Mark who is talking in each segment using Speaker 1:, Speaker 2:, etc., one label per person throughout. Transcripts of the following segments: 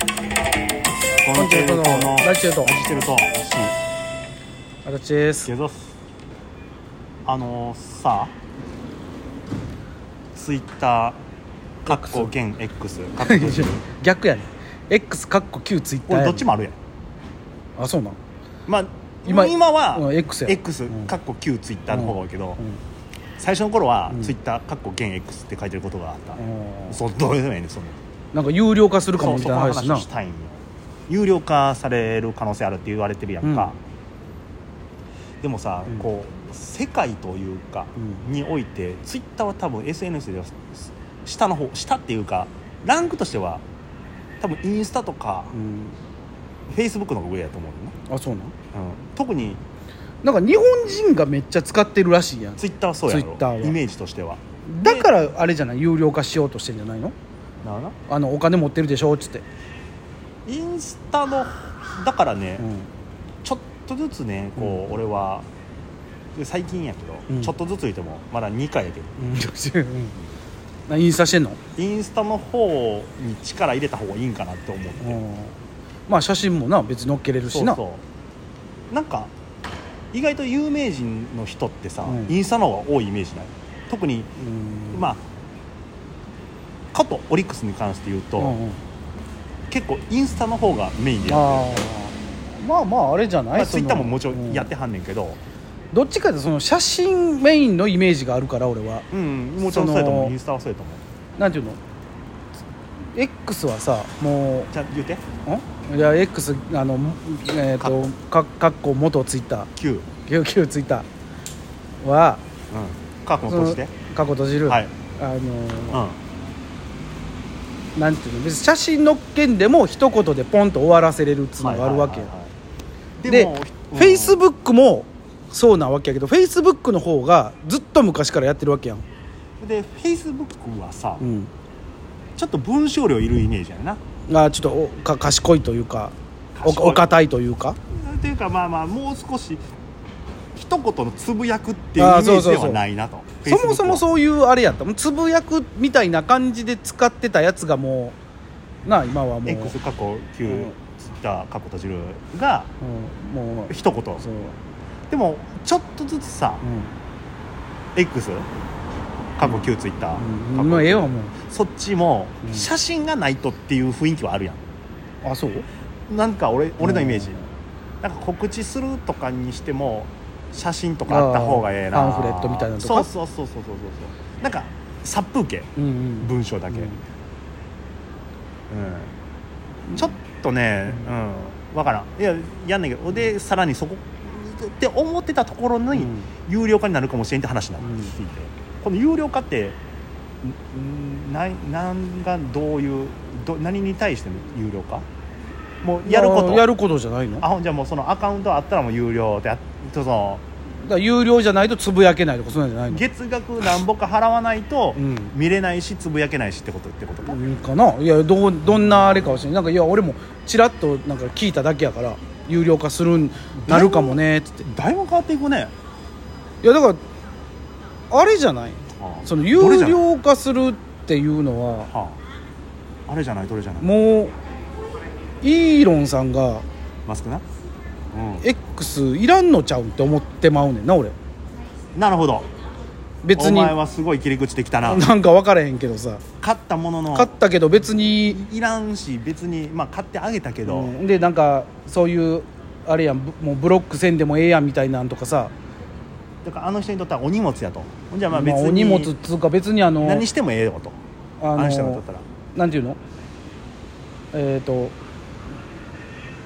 Speaker 1: このチェルトの
Speaker 2: ラジチェルト
Speaker 1: ラジチェルト
Speaker 2: あたちです
Speaker 1: ゲゾスあのさツイッターかっこ現 X かっこ閉じ
Speaker 2: 逆やね X かっこ Q ツイッター
Speaker 1: 俺
Speaker 2: や
Speaker 1: ど
Speaker 2: ね
Speaker 1: っちもあるやん
Speaker 2: あそうなん
Speaker 1: まあ今
Speaker 2: 今
Speaker 1: は
Speaker 2: うん X や
Speaker 1: X
Speaker 2: うん
Speaker 1: かっこ Q ツイッターの方が多いけど
Speaker 2: う
Speaker 1: 最初の頃は
Speaker 2: うん
Speaker 1: ツイッターかっこ現 X って書いてることがあった
Speaker 2: ん
Speaker 1: そうどうでもいいねんその
Speaker 2: なんか有料化するか
Speaker 1: そ
Speaker 2: も
Speaker 1: う
Speaker 2: み
Speaker 1: そ
Speaker 2: た
Speaker 1: この
Speaker 2: いな話
Speaker 1: 話
Speaker 2: な
Speaker 1: をしたいんよ有料化される可能性あるって言われてるやんか、でもさ、
Speaker 2: うん
Speaker 1: こう世界というか、
Speaker 2: う
Speaker 1: においてツイッターは多分 SNS では下の方下っていうかランクとしては多分インスタとか、
Speaker 2: うん
Speaker 1: フェイスブックの方が上やと思うよね、
Speaker 2: あそうなん
Speaker 1: うん、特に
Speaker 2: なんか日本人がめっちゃ使ってるらしいやん
Speaker 1: ツイッターはそうやろ
Speaker 2: Twitter は
Speaker 1: イメージとしては
Speaker 2: だからあれじゃない有料化しようとしてんじゃないの
Speaker 1: なあな
Speaker 2: あのお金持ってるでしょっつって、
Speaker 1: インスタのだからね、
Speaker 2: うん
Speaker 1: ちょっとずつねこう、俺はで最近やけど、
Speaker 2: うん
Speaker 1: ちょっとずつ言ってもまだ2回やけど
Speaker 2: なインスタしてんの、
Speaker 1: インスタの方に力入れた方がいいんかなって思って、
Speaker 2: うんまあ写真もな別に載っけれる
Speaker 1: そ
Speaker 2: し
Speaker 1: う
Speaker 2: な
Speaker 1: そうなんか意外と有名人の人ってさ、
Speaker 2: うん
Speaker 1: インスタの方が多いイメージない特に
Speaker 2: うん
Speaker 1: まあ過去オリックスに関して言うと、
Speaker 2: うんうん
Speaker 1: 結構インスタの方がメインでやっ
Speaker 2: あーまあまああれじゃ
Speaker 1: て
Speaker 2: な
Speaker 1: る、
Speaker 2: い
Speaker 1: まあ、ツイッターももちろ
Speaker 2: その
Speaker 1: んやってはんねんけど、
Speaker 2: うんどっちかでその写真メインのイメージがあるから俺は
Speaker 1: うんもちろんそうやと思
Speaker 2: そうの
Speaker 1: インスタはそうやと思う
Speaker 2: なんていうの X はさも
Speaker 1: じゃあ言うて
Speaker 2: うんいや X あのえっ、とかかっこ元ツイッター
Speaker 1: Q、うん、
Speaker 2: 旧旧ツイッターは
Speaker 1: 過去の閉じて
Speaker 2: 過去閉じる、
Speaker 1: はい、
Speaker 2: あのー
Speaker 1: うん
Speaker 2: なんていうの別に写真の件でも一言でポンと終わらせれるっつうのがあるわけよ
Speaker 1: よ
Speaker 2: でフェイスブックもそうなわけやけどフェイスブックの方がずっと昔からやってるわけやん、
Speaker 1: でフェイスブックはさ、
Speaker 2: うん、
Speaker 1: ちょっと文章量いるイメージやな
Speaker 2: あちょっとおか賢いというかお
Speaker 1: 賢い
Speaker 2: お堅いというか
Speaker 1: というかまあまあもう少し一言のつぶやくっていうイメ
Speaker 2: あーそ
Speaker 1: ー
Speaker 2: う
Speaker 1: ジ
Speaker 2: そう
Speaker 1: で
Speaker 2: そう
Speaker 1: はないなと
Speaker 2: そもそ
Speaker 1: Facebook
Speaker 2: も
Speaker 1: は
Speaker 2: そういうあれやったもうつぶやくみたいな感じで使ってたやつがもうなあ今はもう、うん
Speaker 1: X 過去
Speaker 2: う
Speaker 1: Q
Speaker 2: ん
Speaker 1: Twitter 過去閉じるが
Speaker 2: もう
Speaker 1: 一言
Speaker 2: そう、
Speaker 1: でもちょっとずつさ
Speaker 2: うん
Speaker 1: X 過去 Q Twitter
Speaker 2: うん、もうええわもう
Speaker 1: そっちも
Speaker 2: うん
Speaker 1: 写真がないとっていう雰囲気はあるやん
Speaker 2: あそう
Speaker 1: なんか俺俺のイメージ、
Speaker 2: うん
Speaker 1: なんか告知するとかにしても写真とかあった方がええな
Speaker 2: あーパンフレットみたいなのとか
Speaker 1: そうそうそうそうそうそうそうなんか殺風景
Speaker 2: うんうん
Speaker 1: 文章だけ、う
Speaker 2: うんん
Speaker 1: ちょっとね
Speaker 2: う
Speaker 1: うん、わからんいややんないけどでさらにそこって思ってたところに
Speaker 2: うん
Speaker 1: 有料化になるかもしれんって話になって、
Speaker 2: うん
Speaker 1: この有料化ってんんないなんがどういうど何に対しての有料化もうやること
Speaker 2: まあやることじゃないの
Speaker 1: あほんじゃもうそのアカウントあったらもう有料であその
Speaker 2: だから有料じゃないとつぶやけないとかそうなんじゃないの
Speaker 1: 月額なんぼか払わないと
Speaker 2: うん
Speaker 1: 見れないしつぶやけないしってことってことか、
Speaker 2: いいかないやどうどんなあれかもしれないなんかいや俺もちらっとなんか聞いただけやから有料化するんなるかもねっつってい
Speaker 1: だいぶ変わっていくね
Speaker 2: やだからあれじゃないその有
Speaker 1: どれじゃない
Speaker 2: 料化するっていうのは
Speaker 1: はあ、あれじゃないどれじゃない
Speaker 2: もうイーロンさんが
Speaker 1: マスクな、
Speaker 2: X いらんのちゃうんって思ってまうねんな俺
Speaker 1: うん、なるほど
Speaker 2: 別
Speaker 1: お
Speaker 2: に
Speaker 1: 前はすごい切り口できたな
Speaker 2: なんか分からへんけどさ
Speaker 1: 買ったものの
Speaker 2: 買ったけど別に
Speaker 1: いらんし別にまあ買ってあげたけど、
Speaker 2: うんでなんかそういうあれやんぶもうブロックせんでもええやんみたいなんとかさ
Speaker 1: だからあの人にとってはお荷物やとほんじゃまあ別
Speaker 2: まあ
Speaker 1: に、
Speaker 2: お荷物っつうか別にあの
Speaker 1: 何してもええよと
Speaker 2: あ
Speaker 1: あ
Speaker 2: の
Speaker 1: の人にとったら
Speaker 2: なんていうのえっ、と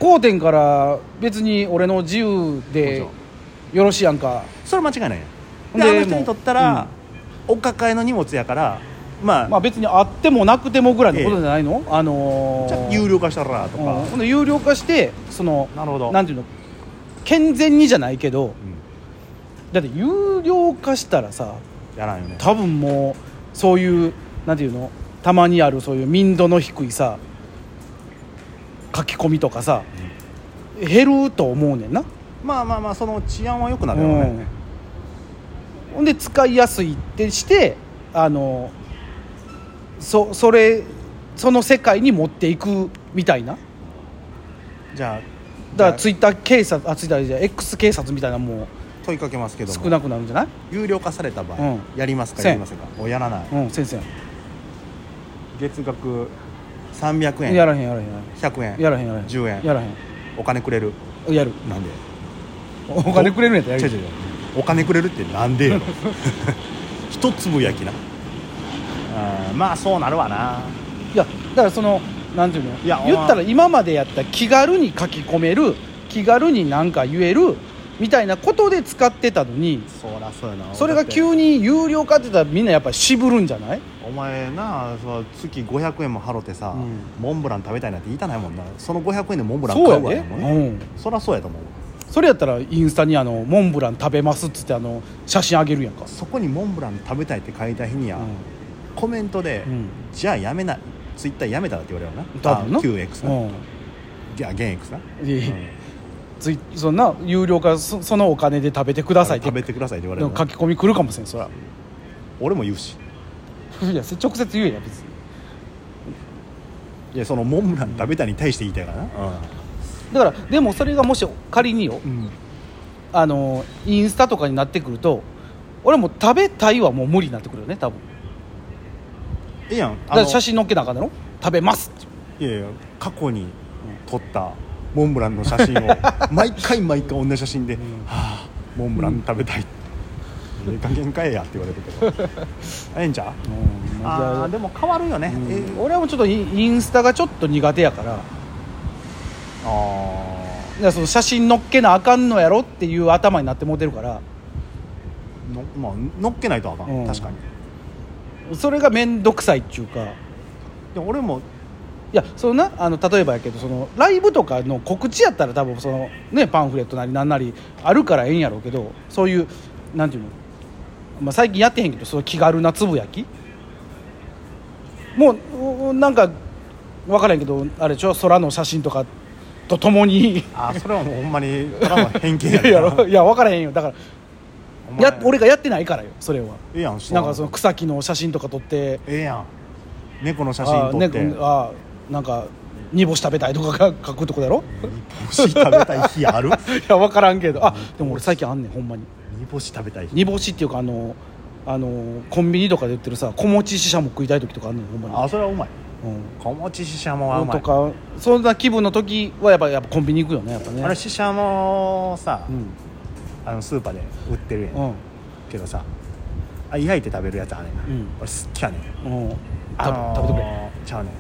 Speaker 2: 交点から別に俺の自由で
Speaker 1: も
Speaker 2: よろしいやんか
Speaker 1: それ間違いない
Speaker 2: ほ
Speaker 1: やん
Speaker 2: ん
Speaker 1: で
Speaker 2: で
Speaker 1: あの人にとったら、お抱えの荷物やからまあ、
Speaker 2: まあ別にあってもなくてもぐらいのことじゃないの、あのー
Speaker 1: じゃあ有料化したらとか
Speaker 2: うん、ほんで有料化してその
Speaker 1: なるほど
Speaker 2: なんていうの健全にじゃないけどだって有料化したらさ
Speaker 1: うん、やらんよね
Speaker 2: 多分もうそういうなんていうのたまにあるそういう民度の低いさ書き込みとかさ、減ると思うねんな
Speaker 1: まあまあまあその治安は良くなるよね、
Speaker 2: うん、ほんで使いやすいってしてあのそそれその世界に持っていくみたいな
Speaker 1: じゃあ
Speaker 2: だから
Speaker 1: じ
Speaker 2: ツ
Speaker 1: ゃ
Speaker 2: イッター警察あツイッターじゃない X 警察みたいなのも
Speaker 1: あ問いかけますけども
Speaker 2: 少なくなるんじゃない
Speaker 1: 有料化された場合、
Speaker 2: うん
Speaker 1: やりますか
Speaker 2: せん
Speaker 1: やりませんかおやらない
Speaker 2: うん先生
Speaker 1: 月額300円
Speaker 2: やらへんやらへんやらへん
Speaker 1: 100円
Speaker 2: やらへんやらへん
Speaker 1: 10円
Speaker 2: やらへん
Speaker 1: お金くれる
Speaker 2: やる
Speaker 1: なんで
Speaker 2: お金くれるんやったらや
Speaker 1: 違う
Speaker 2: る
Speaker 1: 違う違うお金くれるってなん でやろ一粒焼きなあーまあそうなるわない
Speaker 2: やだからそのなんていうの
Speaker 1: いや
Speaker 2: 言ったら今までやった気軽に書き込める気軽に何か言えるみたいなことで使ってたのに
Speaker 1: そらそうやな
Speaker 2: それが
Speaker 1: だって
Speaker 2: 急に有料化って言ったらみんなやっぱり渋るんじゃない
Speaker 1: お前なそう月500円も払ってさ、
Speaker 2: うん
Speaker 1: モンブラン食べたいなんて言いたないもんなその500円でモンブラン
Speaker 2: そ
Speaker 1: 買う
Speaker 2: う
Speaker 1: わ
Speaker 2: や
Speaker 1: や
Speaker 2: で、
Speaker 1: もんね
Speaker 2: うん、
Speaker 1: そらそうやと思う
Speaker 2: それやったらインスタにあのモンブラン食べますっつってあの写真あげるやんか、
Speaker 1: そこにモンブラン食べたいって書いた日には、
Speaker 2: う
Speaker 1: コメントで、
Speaker 2: ん
Speaker 1: じゃあやめなツイッターやめたらって言われるよ
Speaker 2: うん、
Speaker 1: な
Speaker 2: 多分な
Speaker 1: あ QX な、じゃあ現 X な、
Speaker 2: うん、いやいや
Speaker 1: うん
Speaker 2: ついそんな有料化そそのお金で食べてくださいって
Speaker 1: 食べてくださいって言われ
Speaker 2: で
Speaker 1: る
Speaker 2: も
Speaker 1: な
Speaker 2: 書き込み来るかもしれんそら
Speaker 1: 俺も言うし
Speaker 2: いや直接言えや別に
Speaker 1: いやそのモンブラン食べたに対して言いたいからな、
Speaker 2: だからでもそれがもし仮によ
Speaker 1: うん
Speaker 2: あのインスタとかになってくると俺もう食べたいはもう無理になってくるよね多分
Speaker 1: いいやん
Speaker 2: だから写
Speaker 1: 真
Speaker 2: 真載っけなあかんだろ食べますって
Speaker 1: いやいや過去に撮ったモンブランの写真を 毎回毎回同じ写真で「
Speaker 2: ん
Speaker 1: はあモンブラン食べたい」ええ加減かえや」って言われ るけどええんちゃう
Speaker 2: うん
Speaker 1: あーでも変わるよね、
Speaker 2: うん
Speaker 1: え
Speaker 2: 俺はもうちょっとインインスタがちょっと苦手やからだか
Speaker 1: あ
Speaker 2: らその写真載っけなあかんのやろっていう頭になってもうてるから
Speaker 1: ーのまあ乗っけないとあかん、
Speaker 2: うん
Speaker 1: 確かに
Speaker 2: それが面倒くさいっていうかい
Speaker 1: でも俺も
Speaker 2: やそのなあの例えばやけどそのライブとかの告知やったら多分その、ね、パンフレットなりなんなりあるからええんやろうけどそういうなんていうの、まあ、最近やってへんけどその気軽なつぶやきもうおなんか分からへんけどあれでしょ空の写真とかとともに
Speaker 1: あーそれはもうほんまにそれはもう偏見
Speaker 2: い
Speaker 1: や
Speaker 2: や
Speaker 1: け
Speaker 2: い
Speaker 1: ど
Speaker 2: や
Speaker 1: な
Speaker 2: ろいや分からへんよだから
Speaker 1: お前
Speaker 2: や俺がやってないからよそれは
Speaker 1: ええやん
Speaker 2: なんかその草木の写真とか撮って
Speaker 1: ええやん猫の写真撮
Speaker 2: あ
Speaker 1: って、
Speaker 2: ねあなんか煮干し食べたいとかが書くとこだろ
Speaker 1: 煮干し食べたい日ある
Speaker 2: いや分からんけどあでも俺最近あんねんほんまに
Speaker 1: 煮干し食べたい日
Speaker 2: 煮干しっていうかあのあのコンビニとかで売ってるさ小餅ししゃも食いたい時とかあんねんほんまに
Speaker 1: あそれはうまい
Speaker 2: うん
Speaker 1: 小餅ししゃもはうま
Speaker 2: と
Speaker 1: い
Speaker 2: かそんな気分の時はやっぱやっぱコンビニ行くよねやっぱね
Speaker 1: あれししゃもさ、
Speaker 2: うん
Speaker 1: あのスーパーで売ってるやん、
Speaker 2: うん
Speaker 1: けどさあ焼いて食べるやつあれ、、
Speaker 2: うんん
Speaker 1: 俺好きやねん
Speaker 2: うん
Speaker 1: あのー
Speaker 2: 食べ食べて
Speaker 1: ちゃうねん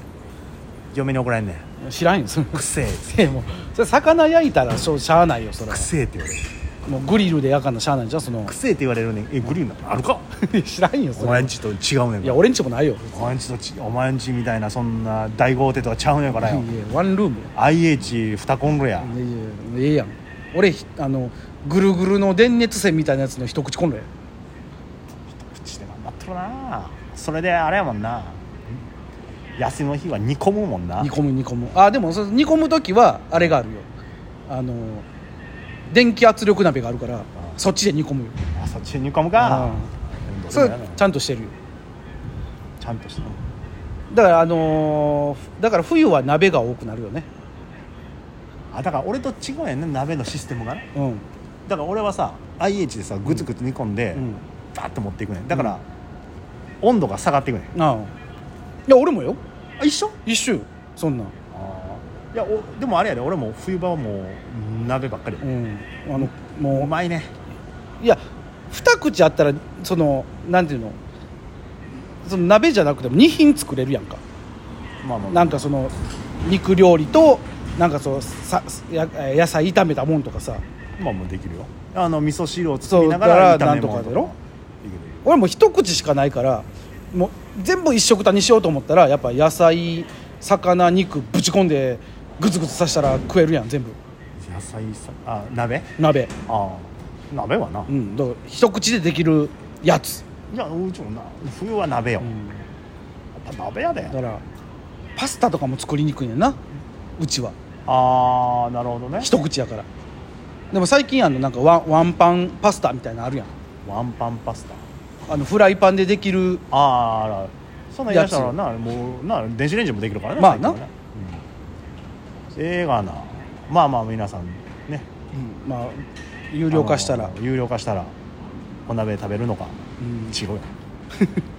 Speaker 1: 嫁に怒られんねん
Speaker 2: くれ知らんよそれ
Speaker 1: くせえ
Speaker 2: で もそれ魚焼いたらしょうしゃあないよそれは
Speaker 1: くせえって言われる
Speaker 2: もうグリルで焼かんのしゃあないじゃんその
Speaker 1: くせえって言われるねんえグリーンなのあるか
Speaker 2: 知らんよ
Speaker 1: お
Speaker 2: それ
Speaker 1: 前ん
Speaker 2: い
Speaker 1: ちと違うねんか
Speaker 2: や
Speaker 1: ら
Speaker 2: 俺んちもないよ
Speaker 1: お前んちとちお前んちみたいなそんな大豪邸とはちゃうねんからよ
Speaker 2: いやワンルーム
Speaker 1: IH2 コンロや
Speaker 2: やいやいやええやん俺ひあのぐるぐるの電熱線みたいなやつの一口コンロや
Speaker 1: 口で頑張っとるなそれであれやもんな休みの日は煮込むもんな
Speaker 2: 煮込む煮込むあでもそ煮込む時はあれがあるよあの電気圧力鍋があるからそっちで煮込むよ
Speaker 1: あそっちに煮込むか
Speaker 2: うん
Speaker 1: そ
Speaker 2: そうれ
Speaker 1: だよな
Speaker 2: ちゃんとしてるよ
Speaker 1: ちゃんとした
Speaker 2: だからあのーだから冬は鍋が多くなるよね
Speaker 1: あだから俺と違うやんね鍋のシステムがね
Speaker 2: うん
Speaker 1: だから俺はさ IH でさグツグツ煮込んで、
Speaker 2: うん
Speaker 1: バーッと持っていくねんだから、温度が下がっていくねん
Speaker 2: ああいや俺もよ
Speaker 1: あ一緒
Speaker 2: 一緒よそんなん
Speaker 1: あーいやおでもあれやで俺も冬場はもう鍋ばっかりや
Speaker 2: うんあの
Speaker 1: う
Speaker 2: も
Speaker 1: まいね
Speaker 2: ういや二口あったらそのなんていうのその鍋じゃなくても2品作れるやんか
Speaker 1: まあまあ
Speaker 2: なんかその肉料理となんかそうさや野菜炒めたもんとかさ
Speaker 1: まあもうできるよあの味噌汁を作りながら
Speaker 2: そうだ
Speaker 1: 炒
Speaker 2: から
Speaker 1: め物
Speaker 2: なんとかだろ
Speaker 1: できる
Speaker 2: 俺も一口しかないからもう全部一食単にしようと思ったらやっぱ野菜魚肉ぶち込んでグツグツさせたら食えるやん全部
Speaker 1: 野菜さあ鍋
Speaker 2: 鍋
Speaker 1: ああ鍋はな、
Speaker 2: う
Speaker 1: い
Speaker 2: んだから一口でできるやつ、
Speaker 1: やうちもな冬は鍋よ、
Speaker 2: う
Speaker 1: や
Speaker 2: ん
Speaker 1: っぱ鍋やで
Speaker 2: だからパスタとかも作りにくいねんなうちは
Speaker 1: ああなるほどね
Speaker 2: 一口やからでも最近あのなんかワンワンパンパスタみたいなのあるやん
Speaker 1: ワンパンパスタ
Speaker 2: あのフライパンでできる
Speaker 1: あーあらそんなん言い出したらなもうな電子レンジもできるからね
Speaker 2: まあ
Speaker 1: 最
Speaker 2: な
Speaker 1: 近はねうんええがなまあまあ皆さんね
Speaker 2: うんまあ有料化した
Speaker 1: あ
Speaker 2: ら、
Speaker 1: の有料化したらお鍋食べるのか
Speaker 2: うん
Speaker 1: 違う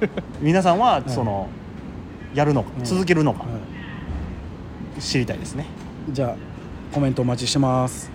Speaker 1: やん 皆さんは
Speaker 2: うん
Speaker 1: その、やるのか
Speaker 2: うん
Speaker 1: 続けるのか
Speaker 2: は
Speaker 1: 知りたいですね、
Speaker 2: いじゃあコメントお待ちしてます